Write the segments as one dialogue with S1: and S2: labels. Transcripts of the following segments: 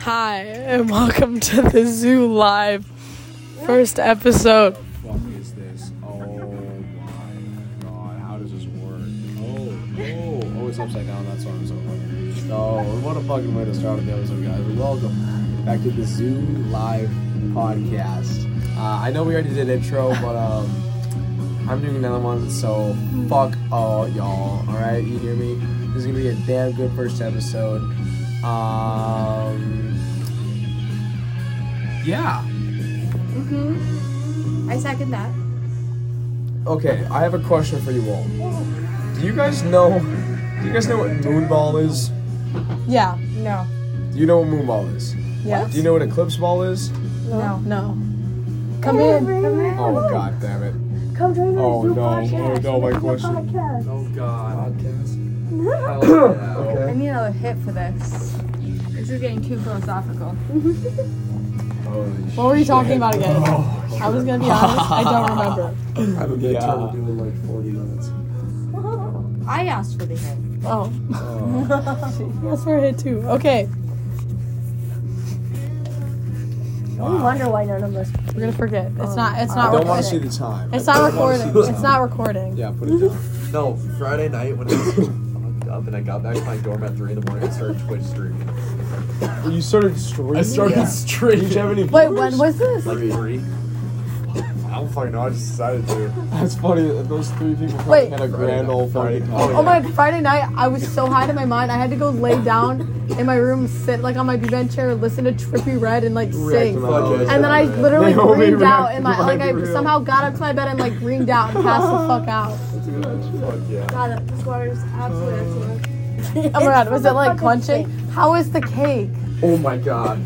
S1: Hi, and welcome to the Zoo Live first episode.
S2: fuck is this? Oh my god, how does this work? Oh, oh, oh, it's upside down. That's why I'm so fucking. Oh, what a fucking way to start the episode, guys. Welcome back to the Zoo Live podcast. Uh, I know we already did intro, but um, I'm doing another one, so fuck all y'all. All right, you hear me? This is gonna be a damn good first episode. Um, yeah.
S3: Mm-hmm. I second that.
S2: Okay, I have a question for you all. Do you guys know? Do you guys know what moonball is?
S1: Yeah, no,
S2: Do you know what moonball is?
S1: yes,
S2: Do you know what eclipse ball is?
S3: No.
S1: no. Come in.
S2: Oh god, damn it!
S3: Come join my
S2: Oh
S3: Zoo
S2: no! Oh
S3: podcast.
S2: no! My question.
S3: Podcast.
S4: Oh god.
S3: I
S2: Okay.
S3: need another hit for this. This is getting too philosophical.
S1: What were you talking about again? I was gonna be honest, I don't remember.
S4: I would get
S2: Yeah.
S4: told to do in like 40 minutes.
S3: I asked for the hit.
S1: Oh, that's for hit too. Okay,
S5: I wonder why none of us.
S1: we're gonna forget. It's not. It's
S2: I
S1: not
S2: don't want to
S1: recording.
S2: see the time.
S1: Oh, It's not
S4: don't wanna see
S1: recording.
S4: that.
S1: It's not recording.
S2: Yeah, put it down.
S4: No, Friday night when I was fucked up and I got back to my dorm at 3 in the morning and started Twitch streaming.
S2: You started streaming. I
S4: started
S2: streaming. Did you have any?
S1: Wait,
S2: viewers?
S1: when was this?
S4: Like 3? I don't fucking know, I just decided to.
S2: That's funny. that Those three people fucking
S1: Wait.
S2: had a grand old
S4: Friday
S2: fucking
S4: night.
S2: time.
S1: Oh my! Friday night, I was so high to my mind. I had to go lay down in my room, sit like on my divan chair, listen to Trippy Red, and like sing.
S2: Reacting all
S4: Fuck
S2: this.
S4: yeah.
S1: And then I literally
S2: Naomi
S1: greened out,
S2: reacted
S1: and my,
S2: to my
S1: like I
S2: grill.
S1: somehow got up to my bed and like greened out and passed the fuck out. Oh
S4: Fuck yeah.
S5: God, that- this water is absolutely excellent.
S1: Oh my god, was it like clenching? How is the cake?
S2: Oh my god.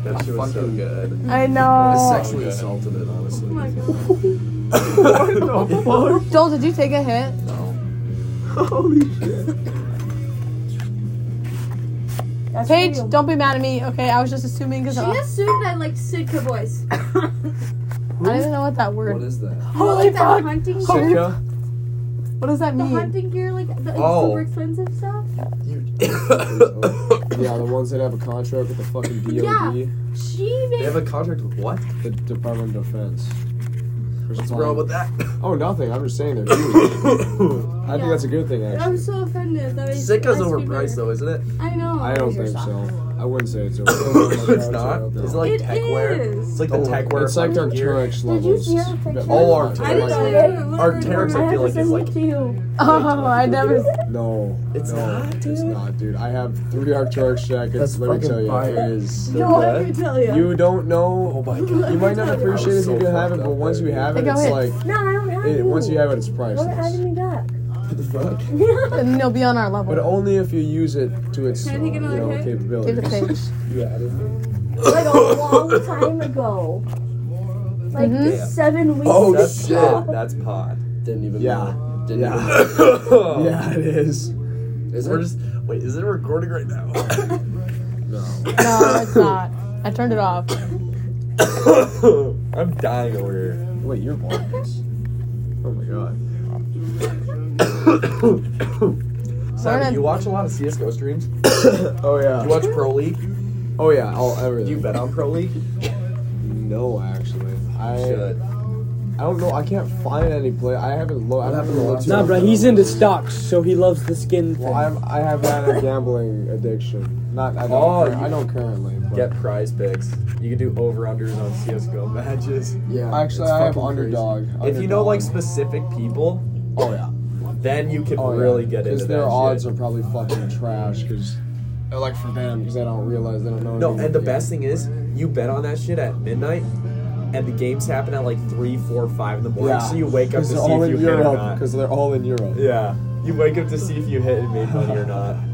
S4: That shit was so
S2: Fucking-
S4: good.
S1: I
S3: Mm.
S4: I
S1: know.
S4: sexually assaulted it, honestly.
S5: Oh my
S4: No.
S5: god.
S2: the
S1: Joel, did you take a hit?
S2: Holy shit.
S5: That's
S1: Paige,
S5: real.
S1: don't be mad at me. Okay, I was just assuming because
S5: She
S1: I I
S5: assumed I liked Sitka boys.
S1: don't even know what that
S4: What
S1: word.
S4: is that?
S1: Holy
S5: like that
S1: fuck!
S5: hunting
S1: Sitka?
S5: gear,
S2: Sitka?
S1: What does that
S5: the
S1: mean?
S5: hunting gear, like the like,
S4: Oh.
S5: super expensive stuff.
S4: You.
S2: Yeah, the ones that have a contract with the fucking DOD,
S5: Yeah. She
S4: they
S5: made.
S4: have a contract with what?
S2: the Department of Defense. For
S4: What's
S2: supplying-
S4: wrong with that?
S2: Oh, nothing. I'm just saying they're huge. I think
S5: Yeah.
S2: that's a good thing,
S5: I'm
S2: actually.
S5: so offended. That I-
S4: Sitka's
S5: I screamed
S4: overpriced
S5: at her.
S4: though, isn't it?
S5: I know.
S2: I don't think so. I wouldn't say it's over.
S4: it's not. Is it like
S5: It
S4: tech wear?
S5: is.
S4: It's like the tech wear.
S2: It's like
S4: fucking gear.
S2: Darturix levels.
S5: see her picture?
S4: All our
S5: I didn't know.
S4: Like,
S5: it was
S4: Arcteryx, I feel like, is like.
S1: Oh, I never.
S2: No,
S4: It's
S2: no,
S4: not,
S2: It's
S4: dude.
S2: not, dude. I have three Arcturix jackets.
S4: That's
S2: Let me
S4: fucking
S2: tell you,
S4: fire.
S2: it is.
S4: They're
S5: No, let me
S4: good.
S5: tell you.
S2: You don't know. Oh
S4: my god.
S2: You might not appreciate it if
S4: so
S2: you have it,
S4: fucked
S2: but
S4: up,
S2: once you
S4: dude.
S2: have
S1: They
S2: it,
S1: go
S2: it's
S1: hit.
S2: like
S5: No, I don't have
S2: it,
S5: any.
S2: once you have it, it's
S5: Don't add
S2: priceless.
S5: me back.
S4: What the fuck?
S1: And they'll be on our
S2: But
S1: level.
S2: only if you use it to its
S5: Can
S2: you
S5: I take another
S2: know,
S5: hit?
S1: Give it to
S2: capabilities.
S1: Paige.
S2: You added me.
S5: like a long time ago. Like
S1: Mhm.
S5: seven weeks
S4: Oh
S5: ago.
S4: that's shit. That's pod. Didn't even Oh.
S2: Yeah.
S4: know. Didn't
S2: Yeah.
S4: even know.
S2: Yeah, it is.
S4: Is we're just wait, is it recording right now?
S1: No, it's not. I turned it off.
S4: I'm dying over here.
S2: Wait, you're blind. Oh my god.
S1: Lauren-
S4: Simon, you watch a lot of CSGO streams?
S2: Oh yeah.
S4: You watch Pro League?
S2: Oh yeah. All everything.
S4: Do you bet on Pro League?
S2: No, actually. I
S4: Should.
S2: I don't know. I can't find any play. I haven't looked. I haven't looked.
S6: Nah,
S2: up.
S6: bro, he's into stocks, so he loves the skin thing.
S2: Well, I'm, I have had a gambling addiction. Not. I don't.
S4: Oh,
S2: cur-
S4: you-
S2: I don't currently. But
S4: Get prize picks. You can do over unders on CSGO matches.
S2: yeah. Actually,
S4: it's
S2: I have
S4: fucking crazy.
S2: underdog.
S4: If you know
S2: Underdog.
S4: like specific people,
S2: Oh yeah.
S4: then you can
S2: Oh, yeah.
S4: really get into that.
S2: their odds
S4: shit.
S2: are probably fucking trash. Because like for them, because they don't realize they don't know.
S4: No,
S2: anything
S4: and the
S2: about
S4: best thing is, you bet on that shit at midnight, and the games happen at like three, four, five in the
S2: game.
S4: morning. So you wake up
S2: 'Cause
S4: to see
S2: they're all
S4: if you
S2: in
S4: hit or
S2: Europe.
S4: not.
S2: Because they're all in Europe.
S4: Yeah, you wake up to see if you hit and made money or not.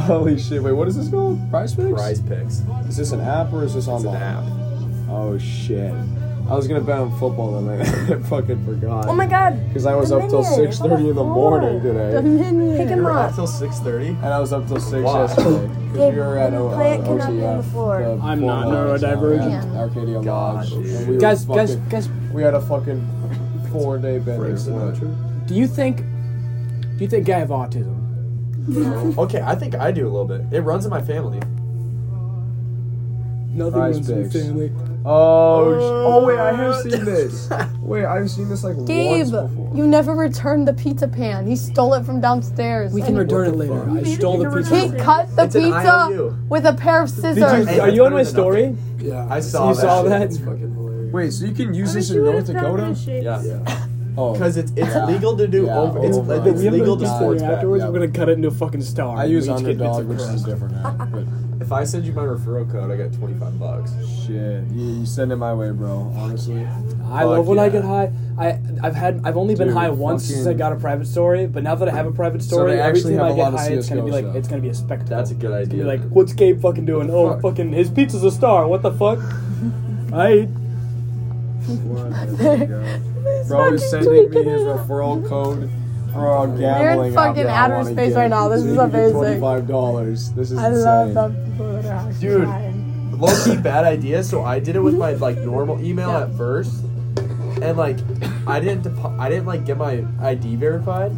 S2: Holy shit! Wait, what is this called? Price picks.
S4: Prize picks.
S2: Is this an app or is this
S4: It's
S2: online?
S4: an app.
S2: Oh shit! I was gonna bet on football and I fucking forgot.
S5: Oh my god.
S2: Because I was up till
S5: Dominion,
S2: six thirty in the morning today,
S5: Pick
S1: Dominion.
S5: him
S4: You were up
S5: up.
S4: till six thirty.
S2: and I was up till six
S4: Why?
S2: yesterday because we were at o-
S5: Play it
S2: uh,
S5: cannot be on the
S2: OTF,
S5: floor.
S2: the
S6: I'm
S2: full
S6: not
S2: lodge,
S6: neurodivergent.
S2: uh, Arcadia
S4: God,
S2: Lodge.
S4: dude.
S2: and we were
S6: guys,
S2: fucking,
S6: guys, guys,
S2: we had a fucking four-day bender.
S6: do you think, do you think I have autism?
S4: Okay, I think I do a little bit. It runs in my family.
S6: nothing
S2: Prize
S6: wins in the
S2: picks.
S6: family.
S2: Oh, sh- oh wait, I have seen this. Wait, I've seen this like once
S1: Gabe,
S2: before.
S1: you never returned the pizza pan. He stole it from downstairs.
S6: We can
S1: And
S6: return it
S4: the
S6: later.
S4: fuck?
S6: I stole the
S3: He
S1: He
S6: pizza.
S1: cut the
S4: It's an
S1: pizza
S4: IOU.
S1: with a pair of
S6: Did you,
S1: scissors.
S4: Hey,
S6: are
S4: that's
S6: you on
S4: better
S6: my
S4: than
S6: story?
S7: Yeah.
S4: I saw
S6: You
S4: that.
S6: saw
S4: shit.
S6: that?
S4: It's fucking hilarious.
S2: Wait, so you can use this in
S3: Wish you
S2: North
S3: would've done
S2: Dakota?
S3: that shit.
S4: Yeah.
S2: Oh,
S4: Because it's it's
S2: Yeah.
S4: legal to do
S2: Yeah,
S4: over. It's,
S6: Oh
S2: over
S4: it's
S2: under.
S6: we have
S4: legal
S6: to
S4: to
S2: Yeah, it's
S6: story
S2: bad,
S6: afterwards.
S2: yeah.
S6: We're gonna cut it into a fucking star.
S2: I use
S6: We each get
S2: underdog,
S6: pizza
S2: which
S6: crust.
S2: is different now. But
S4: If I send you my referral code, I got twenty five bucks.
S2: shit, you, you send it my way, bro. Honestly,
S6: I love
S4: Fuck
S6: when I
S4: yeah.
S6: get high. I I've had I've only been
S2: Dude,
S6: high once since I
S2: fucking-
S6: got a private story, but now that I have a private story,
S2: they
S6: every
S2: actually have
S6: time I
S2: a
S6: get
S2: lot of
S6: high, it's gonna be
S2: CS:GO
S6: like
S2: stuff.
S6: it's gonna be a spectacle.
S4: That's a good idea.
S6: You're like, what's Gabe fucking doing? Oh,
S2: Fuck.
S6: fucking his pizza's a star. What the fuck? I
S2: bro is sending me his referral code for our gambling.
S1: We're in fucking
S2: app that I
S1: outer
S2: wanna
S1: space
S2: get.
S1: right now. This
S2: So
S1: is
S2: you can get
S1: amazing.
S2: Twenty-five dollars. This is
S1: I
S2: insane.
S1: love the people that are actually
S4: Dude.
S1: trying.
S4: low key bad idea. So I did it with my like normal email at first, and like I didn't depo- I didn't like get my ID verified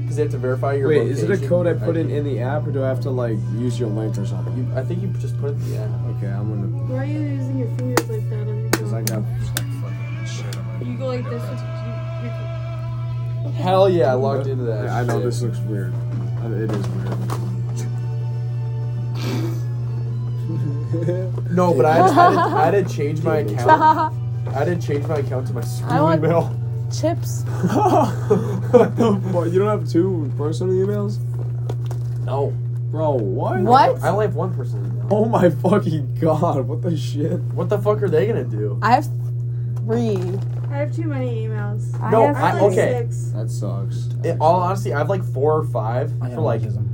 S4: because they have to verify your.
S2: Wait, is it a
S4: location.
S2: code I put in in the app, or do I have to like use your link or something?
S4: You, I think you just put it in the app.
S2: Okay, I'm gonna.
S3: Why are you using your fingers like that on your
S2: Cause I got just, like fucking shit on my.
S3: You go like this. with- you- you-
S4: Hell yeah, I logged into that.
S2: I know
S4: shit.
S2: this looks weird. I- It is weird.
S4: No, but I had, I, had, I had to change my account. I had to change my account to my
S1: I
S4: school
S1: want-
S4: email.
S1: Chips.
S2: what the fuck? You don't have two personal emails?
S4: No,
S2: Bro, what?
S1: What?
S4: I only have one personal email.
S2: Oh my fucking god, what the shit?
S4: What the fuck are they gonna do?
S1: I have three.
S3: I have too many emails.
S5: I
S4: No,
S5: have
S3: I have
S4: I-
S3: like
S4: okay.
S3: six.
S2: That sucks.
S4: In all honesty, I have like four or five for like
S6: autism.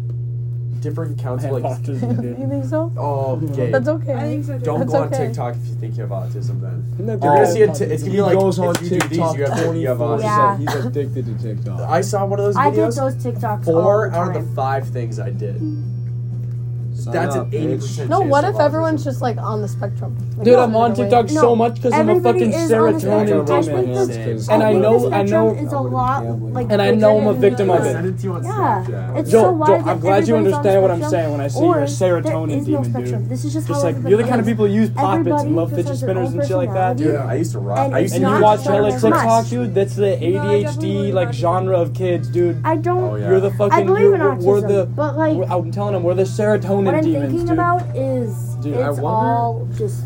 S4: different
S6: I
S4: accounts.
S6: have
S4: Like,
S6: autism,
S1: You
S6: dude.
S1: think so?
S4: oh, gay.
S1: That's
S3: I
S1: okay.
S3: think so. too.
S4: Don't
S1: That's
S4: go on
S1: okay.
S4: TikTok if you think you have autism. Then
S6: You're
S4: you're gonna
S2: Oh,
S4: see a t- it's gonna be like
S2: goes on
S4: if you do these,
S2: TikTok
S4: you have, you have
S2: 24
S4: autism.
S5: Yeah.
S2: He's addicted to TikTok.
S4: I saw one of those
S5: I did
S4: videos.
S5: those TikToks.
S4: four
S5: all the
S4: out of
S5: time.
S4: the five things I did.
S2: Sign
S4: That's
S2: up,
S4: an
S2: bitch.
S4: eighty percent.
S1: No, what if everyone's just like on the spectrum? Like,
S6: Dude,
S1: not
S6: I'm
S1: in
S6: on
S1: a way.
S6: TikTok so
S5: No,
S6: much because I'm a
S5: everybody
S6: fucking
S5: is on
S6: serotonin
S5: the spectrum. I think
S6: demon.
S5: that's-
S6: And I
S5: think
S6: know-
S5: the
S6: I
S5: spectrum
S6: know-
S5: Is a lot, like,
S6: And I know I'm a
S5: bigger
S6: victim
S5: than
S6: of
S5: the
S6: it.
S5: other.
S4: you on
S5: Yeah.
S4: Snapchat.
S5: It's so
S6: Joe,
S5: wide
S6: Joe,
S5: that
S6: I'm glad you
S5: everybody's on
S6: understand what I'm
S5: spectrum,
S6: saying when I say you're a
S5: or
S6: serotonin
S5: there is
S6: demon,
S5: no spectrum.
S6: dude.
S5: This is just
S6: Just
S5: how
S6: like
S5: everybody
S6: you're the kind of
S5: is.
S6: people who use poppets and
S5: Everybody
S6: love fidget
S5: just has their
S6: spinners
S5: own
S6: and shit like that.
S5: personality.
S4: Dude, I used to rock.
S5: And
S4: I used to
S6: And
S5: Not
S6: you watch
S5: so
S6: hella
S5: much.
S6: TikTok, dude. That's the
S3: I definitely
S6: ADHD
S3: wouldn't
S6: like
S3: watch it.
S6: genre of kids, dude.
S5: I don't.
S4: Oh, yeah.
S6: You're the
S5: I
S6: fucking.
S5: believe
S6: you
S5: in
S6: we're,
S5: autism,
S6: we're the.
S5: but like,
S6: we're- I'm telling them we're the serotonin
S5: what I'm
S6: demons,
S5: thinking
S6: dude.
S5: about is
S6: Dude, I
S5: it's
S6: wonder-
S5: all just.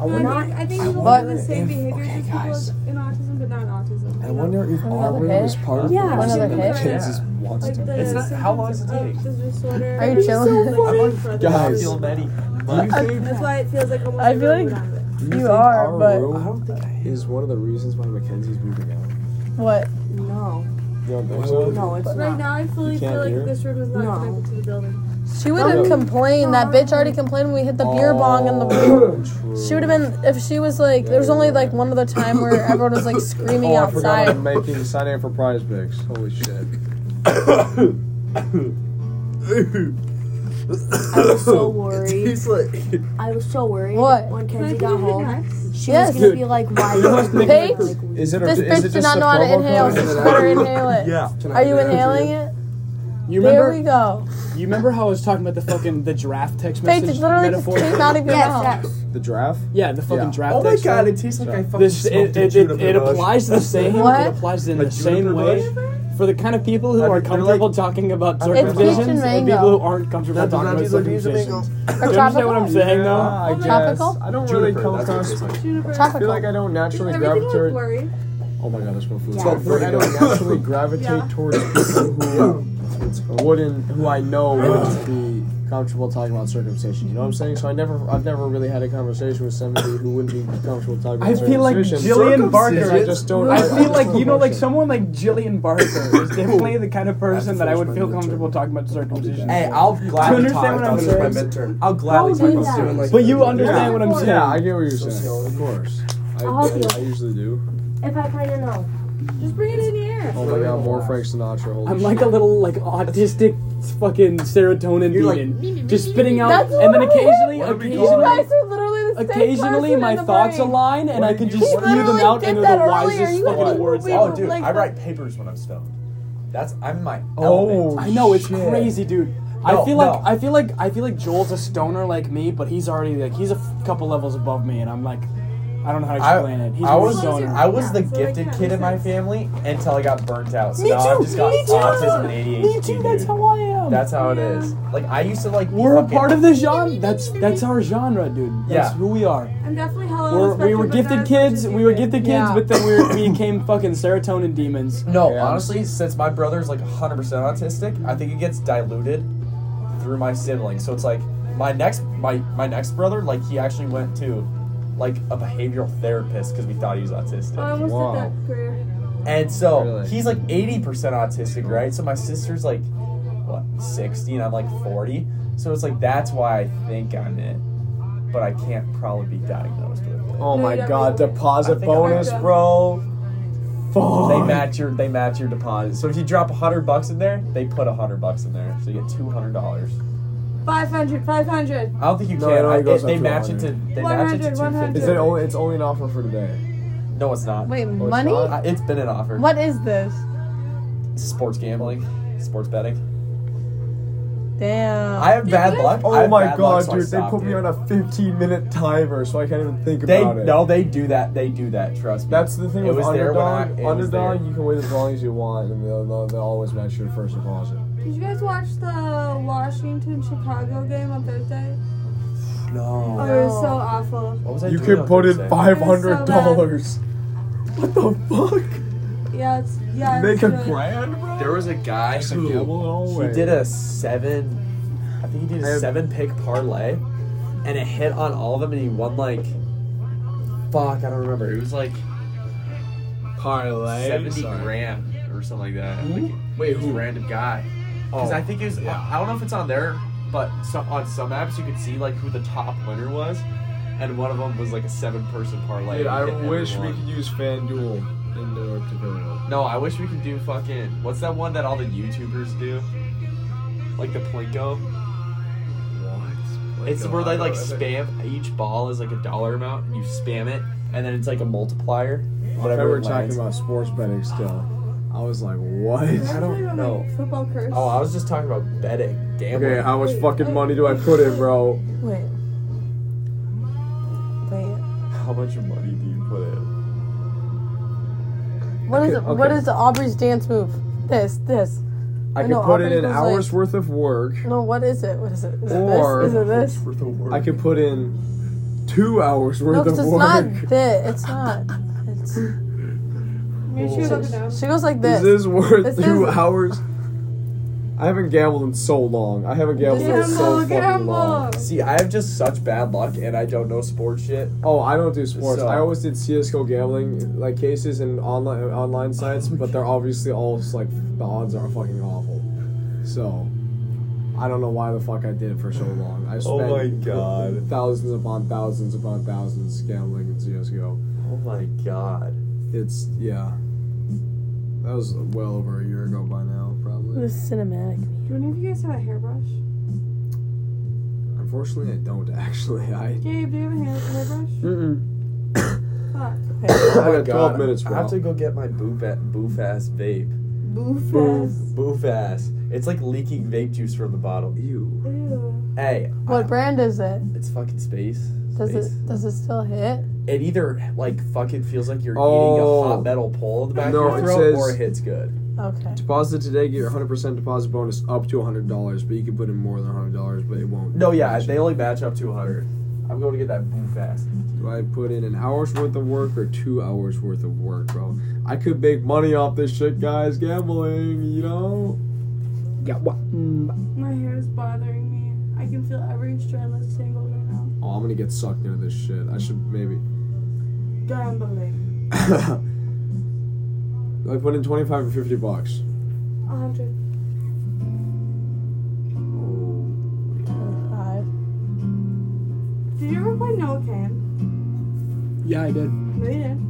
S3: I
S5: wonder-
S3: think, I think you will
S1: wonder
S3: have the same behaviors
S2: okay,
S3: as people
S2: guys.
S3: in autism, but not autism.
S2: I wonder if
S1: Another
S2: our room
S1: hit?
S2: is part of
S5: Yeah.
S2: the reason
S1: Another
S2: that
S1: hit?
S2: kids just wants
S3: Like
S2: to
S3: the
S4: It's not- how long does it
S3: symptoms
S4: take?
S3: of the disorder.
S1: Are you chilling?
S3: Like,
S2: Guys.
S4: feel many.
S2: Do you
S4: But
S2: think,
S3: That's why it feels like almost.
S1: I feel like-
S3: everyone has it.
S2: do you
S1: You
S2: think
S1: are,
S2: our
S1: but-
S2: room
S4: I don't think I am.
S2: is one of the reasons why Mackenzie's moving out?
S1: What?
S5: No,
S2: You don't think
S4: Why
S2: so?
S4: would-
S5: no, it's
S3: But right
S5: not.
S3: now, I fully
S2: You
S3: feel
S2: can't
S3: like
S2: hear?
S3: this room is not
S5: No.
S3: connected to the building.
S1: She would have
S2: No.
S1: complained. That bitch already complained when we hit the beer bong in the room.
S2: Oh, true.
S1: She would have been if she was like. There was only like one other time where everyone was like screaming
S2: Oh, I forgot
S1: outside.
S2: I'm making signing up for prize picks. Holy shit.
S5: I was so worried.
S4: He's like.
S5: I was so worried.
S1: What?
S5: When
S3: Can I
S5: Kenzie
S3: put
S5: got
S3: you in
S5: home,
S3: next?
S5: she
S1: Yes.
S5: was gonna be like, "Why?"
S2: You must
S5: did
S2: think-
S5: I, like,
S1: Baked?
S5: leave?
S2: Is it a,
S1: This
S2: is it
S1: bitch
S2: just
S1: did not
S2: a
S1: know how to
S2: promo
S1: inhale.
S2: code?
S1: She just let her inhale it.
S4: Yeah.
S1: Are you inhaling it?
S6: You
S1: There we
S6: remember?
S1: go.
S6: You remember how I was talking about the fucking the giraffe text
S1: Faith
S6: message
S1: it literally just
S6: metaphor?
S1: came out of your
S5: Yes,
S1: mouth.
S5: yes.
S2: The draft?
S6: Yeah, the fucking
S2: Yeah.
S6: giraffe.
S4: Oh my
S6: text
S4: god,
S6: message.
S4: it tastes like I fucking
S6: This it
S4: smoked
S6: it,
S4: a
S6: it,
S4: juniper
S6: it
S4: bush.
S6: applies the same.
S1: What?
S6: It applies in
S4: A
S6: the same
S4: juniper
S6: way
S4: bush?
S6: for the kind of people who
S4: I-
S6: are
S4: they're
S6: comfortable
S4: like-
S6: talking about
S4: don't know.
S6: circumcisions
S1: Peach and
S6: and, people
S1: mango.
S6: who aren't comfortable
S4: Not the
S6: talking about
S4: Nazis, like, these are
S1: Or
S6: circumcisions. Do you understand what
S1: tropical?
S6: I'm saying
S2: Yeah,
S6: though?
S2: I guess.
S1: Tropical?
S2: I don't really
S4: Juniper,
S2: come
S4: that's what it
S2: across.
S4: tastes like.
S3: Juniper.
S2: I feel like I don't naturally
S3: Everything looked
S2: gravitate.
S3: blurry.
S2: Oh my god, I smell food.
S5: Yeah.
S2: I feel like I don't naturally gravitate
S3: Yeah.
S2: towards people who wouldn't, who I know wouldn't be comfortable talking about circumcision. You know what I'm saying? So I never, I've never really had a conversation with somebody who wouldn't be comfortable talking about
S6: I feel like
S2: circumcision.
S6: Jillian Barker.
S2: I just don't.
S6: I
S2: I
S6: feel like you know, like
S2: some.
S6: someone like Jillian Barker is definitely the kind of person that I would feel
S2: freshman
S6: comfortable talking about circumcision.
S4: Hey, I'll gladly
S6: understand
S4: talk
S6: what I'm
S7: That
S4: about
S7: was
S4: this.
S7: my
S6: saying?
S7: midterm.
S4: I'll gladly
S5: Don't
S4: talk
S5: do
S4: about
S5: that.
S4: doing like.
S6: But you understand what I'm saying?
S2: Yeah, I get what you're saying.
S7: Sociology.
S2: Of course. I,
S5: I'll help you.
S2: I usually do.
S5: If I kind of know,
S3: Just bring it in here.
S2: Oh my god, more Frank Sinatra. Holy
S6: I'm
S2: shit.
S6: like a little like autistic fucking serotonin
S4: You're like-
S6: demon, just spitting out,
S1: That's
S6: and then
S1: literally-
S6: occasionally,
S4: What are
S1: You
S4: we
S6: occasionally,
S1: guys are literally the same person
S6: occasionally
S1: in
S6: my
S1: the
S6: thoughts
S1: brain.
S6: align, and
S4: What
S6: I
S4: did
S6: can
S4: you
S6: just
S4: say?
S6: spew
S1: He
S6: them
S1: literally
S6: out
S1: did
S6: into
S1: that
S6: the
S1: earlier.
S6: wisest
S1: You
S6: fucking
S1: literally
S6: words.
S1: were
S6: ever.
S4: Oh, dude,
S1: Like
S4: I
S1: that.
S4: write papers when I'm stoned. That's I'm in my
S2: Oh,
S4: element.
S6: I know it's
S2: Shit.
S6: crazy, dude.
S4: No,
S6: I feel like
S4: no.
S6: I feel like I feel like Joel's a stoner like me, but he's already like he's a f- couple levels above me, and I'm like, I don't know how to
S4: I,
S6: explain it. He's
S4: I
S6: more
S4: was
S6: stoner.
S4: I was the
S5: Yeah, so, like,
S4: gifted
S5: that
S4: kid in
S5: makes
S4: my
S5: sense.
S4: family until I got burnt out. So
S6: me too.
S4: now I've just got
S6: me too.
S4: autism and ADHD.
S6: me too. That's
S4: dude.
S6: how I am.
S4: That's how it is. Like I used to like.
S6: we're a
S4: fucking-
S6: part of the genre. That's that's our genre, dude. That's
S4: Yeah.
S6: who we are.
S3: I'm definitely hella
S6: We're, we were gifted kids. We were gifted kids,
S1: Yeah.
S6: but then we, were, we became fucking serotonin demons.
S4: No,
S6: Yeah.
S4: honestly, since my brother's like 100% autistic, I think it gets diluted through my siblings. So it's like my next my my next brother, like he actually went to like a behavioral therapist because we thought he was autistic.
S3: I almost
S2: Wow.
S3: did that career.
S4: And so
S2: Really?
S4: he's like 80% autistic, right? So my sister's like, what, 60 and I'm like 40. So it's like, that's why I think I'm it. But I can't probably be diagnosed with it.
S2: Oh my
S3: No, you
S2: god,
S3: don't.
S2: deposit
S4: I think I
S2: bonus,
S3: heard that.
S2: bro.
S6: Fuck.
S4: They match your they match your deposit. So if you drop hundred bucks in there, they put hundred bucks in there. So you get two hundred dollars.
S3: 500, 500.
S4: I don't think you
S2: No, it
S4: can.
S2: only
S4: I, it,
S2: goes up
S4: they
S2: to
S4: match it to
S2: 100.
S4: they match it to
S3: 100,
S4: two
S3: 100.
S4: fifty.
S2: Is it only? It's only an offer for today.
S4: No, it's not.
S1: Wait,
S2: Oh, it's
S1: money?
S2: not?
S4: Uh, it's been an offer.
S1: What is this?
S4: Sports gambling, sports betting.
S1: Damn.
S4: I have bad luck. I
S2: Oh
S4: have
S2: my
S4: bad
S2: god,
S4: luck, so I
S2: dude! They
S4: stopped
S2: put me
S4: it.
S2: on a 15-minute timer, so I can't even think
S4: They
S2: about it.
S4: no, they do that. They do that. Trust me.
S2: That's the thing
S4: It
S2: with
S4: was there when I-
S2: underdog.
S4: it was there.
S2: underdog, you can wait as long as you want, and they'll, they'll, they'll always match your first deposit.
S3: Did you guys watch the Washington Chicago game on Thursday?
S4: No.
S3: Oh, it was so awful.
S4: What was I
S2: You
S4: doing
S2: could
S4: on
S2: put in
S4: Thursday?
S2: five
S3: so
S2: hundred dollars. What the fuck?
S3: Yeah, it's yeah.
S2: Make
S3: it's
S2: a
S3: really-
S2: grand, bro.
S4: There was a guy who
S2: He
S4: He did a seven. I think he did
S2: I
S4: a
S2: have-
S4: seven pick parlay, and it hit on all of them, and he won like. Fuck, I don't remember. It was like
S2: parlay.
S4: seventy grand or something like that. Like,
S2: Wait,
S4: it was a random guy. Because I think it was.
S2: Oh. yeah.
S4: I don't know if it's on there, but some, on some apps you could see like who the top winner was, and one of them was like a seven-person parlay.
S2: Dude,
S4: It
S2: I
S4: hit everyone.
S2: wish we could use FanDuel in North Dakota.
S4: No, I wish we could do fucking. What's that one that all the YouTubers do? Like the Plinko.
S2: What?
S4: It's where they like spam each ball is like a dollar amount, and you spam it, and then it's like a multiplier. Whatever.
S2: Whenever we're
S4: it
S2: talking
S4: lands.
S2: about sports betting still, I was like, what?
S3: Remember
S4: I don't
S3: when,
S4: know.
S3: like, Football curse.
S4: Oh, I was just talking about betting, gambling.
S2: Okay, how much fucking money do I put in, bro?
S1: Wait. Wait.
S4: How much money do you put in?
S1: What is
S2: Okay,
S1: what
S2: okay.
S1: is Aubrey's dance move? This, this.
S2: I
S1: No,
S2: could put in
S1: Aubrey
S2: an
S1: was
S2: hour's
S1: like-
S2: worth of work.
S1: No, what is it? What is it? Is it
S2: Or-
S1: this? Is it this?
S2: I could put in two hours
S1: No,
S2: worth
S1: 'cause
S2: of
S1: it's
S2: work.
S1: not this. It's not. It's,
S3: Maybe she was up and down.
S1: she goes like
S2: This
S1: this.
S2: is worth
S1: This
S2: two
S1: is-
S2: hours. I haven't gambled in so long. I haven't gambled in so
S3: Gamble,
S2: fucking long.
S3: gamble.
S4: See, I have just such bad luck, and I don't know sport shit.
S2: Oh, I don't do sports.
S4: So-
S2: I always did CS:GO gambling like cases and online online sites, but they're obviously all just like the odds are fucking awful. So I don't know why the fuck I did it for so long. I spent
S4: Oh my God.
S2: thousands upon thousands upon thousands gambling in CS:GO.
S4: Oh my god.
S2: It's yeah. That was well over a year ago by now,
S1: This
S2: probably.
S1: is cinematic.
S3: Do any of you guys have a hairbrush?
S2: Unfortunately, I don't actually. I
S3: Gabe, do you have a hair, hairbrush?
S6: Mm-mm.
S3: Fuck.
S2: I
S4: Oh my
S2: got 12
S4: god.
S2: minutes,
S4: I have
S2: bro.
S4: to go get my boof a- boof ass vape.
S3: Boof.
S4: Boof ass. It's like leaking vape juice from the bottle.
S2: You.
S3: Ew.
S4: Hey,
S1: What brand is it?
S4: it's fucking space.
S1: Does
S4: space.
S1: it does it still hit?
S4: it either like fucking feels like you're
S2: Oh.
S4: eating a hot metal pole in the back
S2: No,
S4: of
S2: it
S4: your throat,
S2: says-
S4: or it hits good.
S1: Okay.
S2: Deposit today, get your 100% deposit bonus up to $100, but you can put in more than $100, but it won't.
S4: No, yeah, they only match up to 100. I'm going to get that boom fast.
S2: Do I put in an hour's worth of work or two hours worth of work, bro? I could make money off this shit, guys, gambling, you know?
S6: Yeah. What? Mm.
S3: My hair is bothering me. I can feel every strandless tangle right now.
S2: Oh, I'm gonna get sucked into this shit. I should maybe.
S3: Gambling.
S2: Do I put in 25 or 50 bucks?
S3: 100.
S1: Five.
S3: Did you ever play Novocaine?
S6: Yeah, I did.
S3: No, you didn't.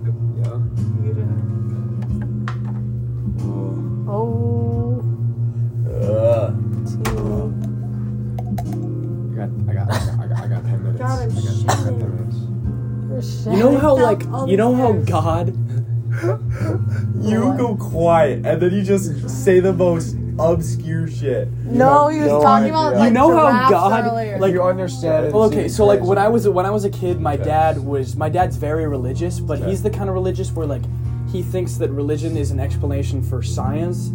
S3: You did.
S2: Yeah.
S3: You did.
S2: Oh.
S1: Oh.
S4: Ugh.
S1: two.
S2: I got, I got, I got, I got 10 minutes. I got, I
S3: God, I'm
S2: got 10
S3: shitting.
S2: minutes.
S1: Shit.
S6: You know how
S3: Stop
S6: like
S3: all
S6: you know
S3: the
S6: how
S3: tears.
S6: God
S4: You go quiet, and then you just say the most obscure shit.
S1: No, he was
S2: no
S1: talking
S2: idea.
S1: about
S2: You
S1: like,
S6: know how
S1: giraffes
S6: God-
S1: earlier.
S2: Like you understand it.
S6: Well, okay,
S2: it's
S6: so like
S2: crazy.
S6: when I was when I was a kid, my
S4: Okay.
S6: dad was my dad's very religious, but
S4: Okay.
S6: he's the kind of religious where like he thinks that religion is an explanation for science,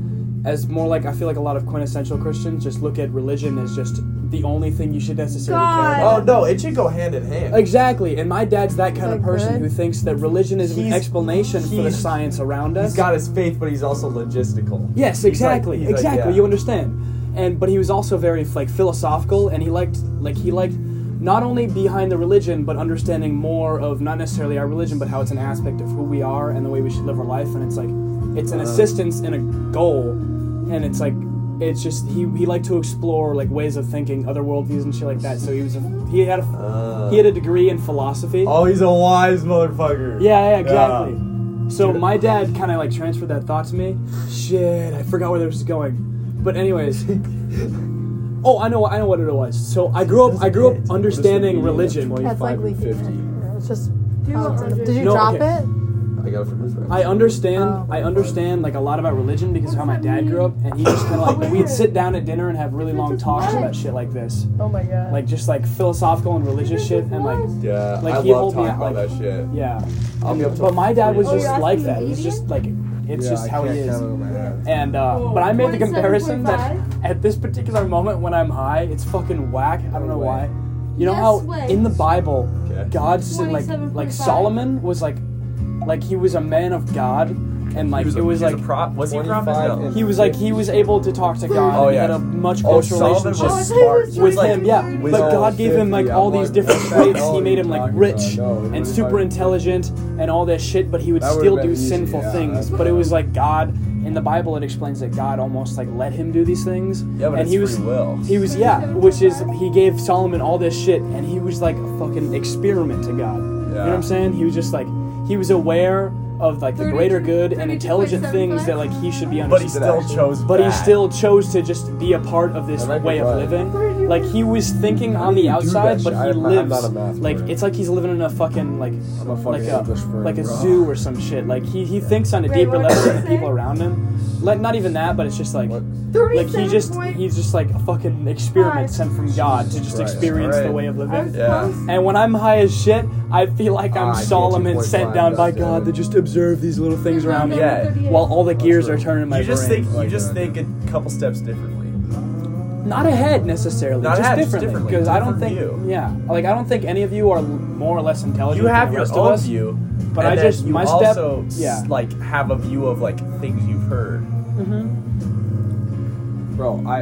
S6: as more like I feel like a lot of quintessential Christians just look at religion as just the only thing you should necessarily care
S3: God.
S6: about.
S4: Oh no, it should go hand in hand.
S6: Exactly, and my dad's that kind
S1: Like
S6: of person
S1: good?
S6: who thinks that religion is an
S4: He's-
S6: explanation for the
S4: he's-
S6: science around us.
S4: he's got his faith, but he's also logistical.
S6: Yes,
S4: He's like-
S6: exactly,
S4: he's like,
S6: exactly.
S4: yeah.
S6: You understand, and but he was also very like philosophical, and he liked like he liked not only behind the religion, but understanding more of not necessarily our religion, but how it's an aspect of who we are and the way we should live our life, and it's like it's
S4: Uh-huh.
S6: an assistance and a goal, and it's like it's just he he liked to explore like ways of thinking, other worldviews and shit like that. So he was a, he had a
S4: Uh,
S6: he had a degree in philosophy.
S4: oh, he's a wise motherfucker.
S6: Yeah, yeah, exactly. So my dad kind of like transferred that thought to me. Shit, I forgot where this was going. But anyways, oh, I know, I know what it was. So I grew up, I grew up understanding religion.
S1: That's like
S2: Five and
S1: leaking.
S2: fifty.
S1: It's just.
S3: You are
S1: politics. Did you
S6: No,
S1: drop
S6: okay.
S1: it?
S4: I got it from his friend.
S6: I understand,
S1: Oh.
S6: I understand like a lot about religion because of how my dad grew up, and he just kind of like we'd sit down at dinner and have really long talks about shit like this,
S1: Oh my god.
S6: like just like philosophical and religious shit, and like
S4: Yeah,
S6: Like,
S4: I
S6: he
S4: love
S6: hold me
S4: talking
S6: out,
S4: about
S6: like-
S4: that shit.
S6: yeah.
S4: I'll be up till
S6: But my dad was
S1: Oh,
S4: three.
S6: just
S3: you're
S6: like
S3: asking
S6: that.
S3: me
S6: It's just like it's
S2: Yeah,
S6: just
S2: I
S6: how he
S2: can't
S6: is.
S2: count over my head.
S6: And uh,
S3: Whoa.
S6: but I made the
S3: 27.5?
S6: comparison that at this particular moment when I'm high, it's fucking whack. I don't know
S4: way.
S6: why. You know
S3: Yes
S6: how
S3: way.
S6: in the Bible,
S4: Okay.
S6: God said like like
S3: 27.5.
S6: Solomon was like like he was a man of God, and like it was like
S4: prop. Was he a prop?
S2: 25
S4: No.
S2: and-
S6: he was like he was able to talk to God.
S4: Oh,
S6: and
S4: yeah.
S6: he had a much
S4: Oh,
S6: closer
S4: Solomon
S6: relationship.
S4: was
S3: Oh, I thought
S4: smart.
S3: he was
S6: with
S3: like-
S6: him, yeah,
S3: with
S6: but
S4: all
S6: God gave him like
S2: 50,
S6: all
S2: I'm
S6: these
S2: like,
S6: different
S2: what the
S6: traits.
S2: hell
S6: He
S2: are
S6: made
S2: you
S6: him like
S2: talking
S6: rich
S2: about? No, it
S6: and
S2: was
S6: super
S2: like-
S6: intelligent and all that shit, but he would
S2: That would've
S6: still
S2: been
S6: do
S2: easy,
S6: sinful
S2: yeah.
S6: things. But it was like God in the Bible. It explains that God almost like let him do these things.
S4: Yeah, but
S6: and
S4: it's
S6: he was
S4: free will.
S6: Um, he was yeah, which is he gave Solomon all this shit, and he was like a fucking experiment to God. You know what
S4: Yeah.
S6: I'm saying? He was just like he was aware of like the greater good
S3: 32.75?
S6: and intelligent things that like he should be
S4: But he
S6: understood.
S4: still chose.
S6: But he
S4: bad.
S6: still chose to just be a part of this
S4: I might be
S6: way of
S4: right.
S6: living. Like he was thinking on the
S2: you do that
S6: outside,
S2: shit?
S6: but he
S2: I'm not- I'm
S6: lives
S2: not a math
S6: like
S2: nerd.
S6: it's like he's living in a fucking like
S2: I'm a fucking
S6: like a
S2: English bird,
S6: like a
S2: bro.
S6: zoo or some shit. Like he he thinks on a
S3: Wait,
S6: deeper
S3: what
S6: level
S3: did
S6: than the
S3: you say?
S6: people around him. Like not even that, but it's just like.
S2: What?
S6: Like he just
S3: 37.5.
S6: he's just like a fucking experiment
S3: Five.
S6: sent from God to just
S2: Christ.
S6: experience the
S2: Alright.
S6: way of
S3: I was
S6: living.
S4: Yeah.
S3: close.
S6: And when I'm high as shit, I feel like I'm
S2: Ah, I get
S6: Solomon
S2: 2.5,
S6: sent down by
S2: goddamn
S6: God
S2: it.
S6: to just observe these little things around me
S4: Yeah.
S6: while all the gears are
S2: right.
S6: turning in my
S4: You just
S6: brain. uh,
S4: think. You
S2: Like
S4: just
S2: that.
S4: think a couple steps differently.
S6: Not ahead necessarily,
S4: Not
S6: just
S4: ahead, just
S6: differently.
S4: differently,
S6: Because I don't think,
S4: different view.
S6: yeah, like I don't think any of you are l- more or less intelligent.
S4: You have
S6: than the
S4: your
S6: rest of
S4: own
S6: us.
S4: view,
S6: but
S4: and
S6: I
S4: then
S6: just-
S4: you
S6: my step-
S4: also s-
S6: yeah.
S4: like have a view of like things you've heard.
S2: Bro, I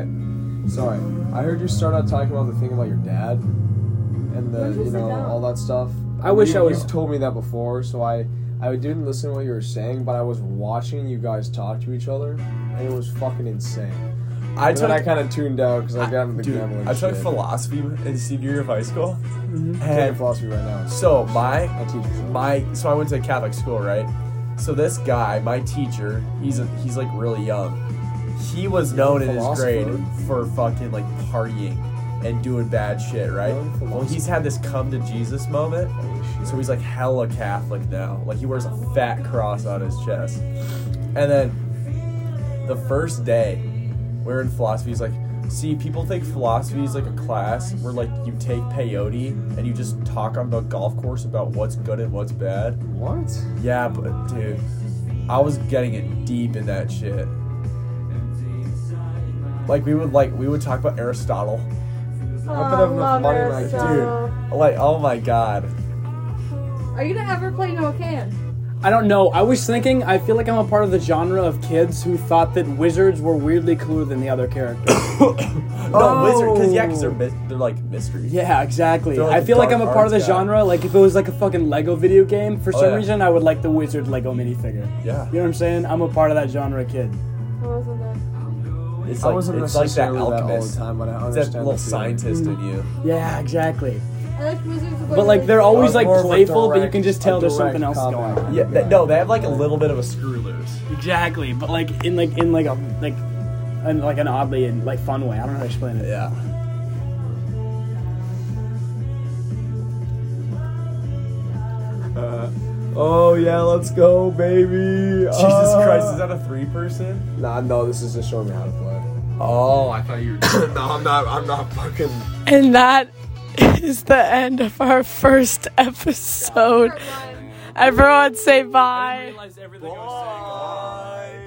S2: sorry. I heard you start out talking about the thing about your dad and the
S5: Where'd you
S2: you
S5: sit
S2: know
S5: down?
S2: all that stuff.
S6: I wish
S2: you,
S6: I was-
S2: You told me that before, so I I didn't listen to what you were saying, but I was watching you guys talk to each other, and it was fucking insane.
S4: I
S2: And
S4: took.
S2: then I kind of tuned out because I got into the
S4: dude,
S2: gambling.
S4: I took
S2: shit. Mm-hmm.
S4: philosophy in senior year of high school,
S2: I'm taking
S4: and
S2: philosophy right now.
S4: so my
S2: I teach you.
S4: my so I went to a Catholic school, right? So this guy, my teacher, he's a, he's like really young. He was known in his grade for fucking like partying and doing bad shit, right?
S2: Known philosopher.
S4: Well, he's had this come to Jesus moment, so he's like hella Catholic now. Like he wears a fat cross on his chest. And then the first day, we're in philosophy. He's like, see, people think philosophy is like a class where like you take peyote and you just talk on the golf course about what's good and what's bad.
S2: What?
S4: Yeah, but dude, I was getting it deep in that shit. Like we would like we would talk about Aristotle.
S3: Oh,
S2: I bet I have enough
S3: love
S2: money,
S3: her,
S2: like,
S3: so-
S4: Dude, like oh my god.
S3: Are you gonna ever play No Can?
S6: I don't know. I was thinking, I feel like I'm a part of the genre of kids who thought that wizards were weirdly cooler than the other characters.
S4: No wizard, because yeah, because they're mis- they're like mystery.
S6: Yeah, exactly.
S4: They're like
S6: I
S4: the
S6: feel like I'm
S4: dark
S6: a part of the
S4: arts guy.
S6: genre. Like if it was like a fucking Lego video game, for
S4: Oh,
S6: some
S4: yeah.
S6: reason I would like the wizard Lego minifigure.
S4: Yeah.
S6: You know what I'm saying? I'm a part of that genre kid.
S3: I wasn't there.
S4: It's
S2: I
S4: like,
S2: wasn't
S4: it's like that
S2: necessarily that all
S4: alchemist.
S2: the time, but I
S4: it's
S2: understand.
S4: that
S2: the
S4: little
S2: feeling.
S4: scientist in you.
S6: Yeah, exactly.
S3: I like Wizards of
S6: But like they're
S3: Waverly
S6: always
S2: Uh,
S6: like
S2: more of a
S6: playful, but you
S2: direct-
S6: can just
S2: a
S6: tell there's
S2: direct
S6: something else
S2: cop-out.
S6: going on.
S4: Yeah, th- no, they have like a little bit of a screw loose.
S6: Exactly. But like in like in like a like in like an oddly and like fun way. I don't know how to explain it.
S4: Yeah.
S2: Oh yeah, let's go, baby.
S4: Jesus Christ, is that a three person?
S2: Uh. Nah, no, this is just showing me how to play.
S4: Oh, I thought you were.
S2: no, I'm not. I'm not fucking.
S1: And that is the end of our first episode. Everyone say bye.
S8: realized everything I was saying.
S2: Bye.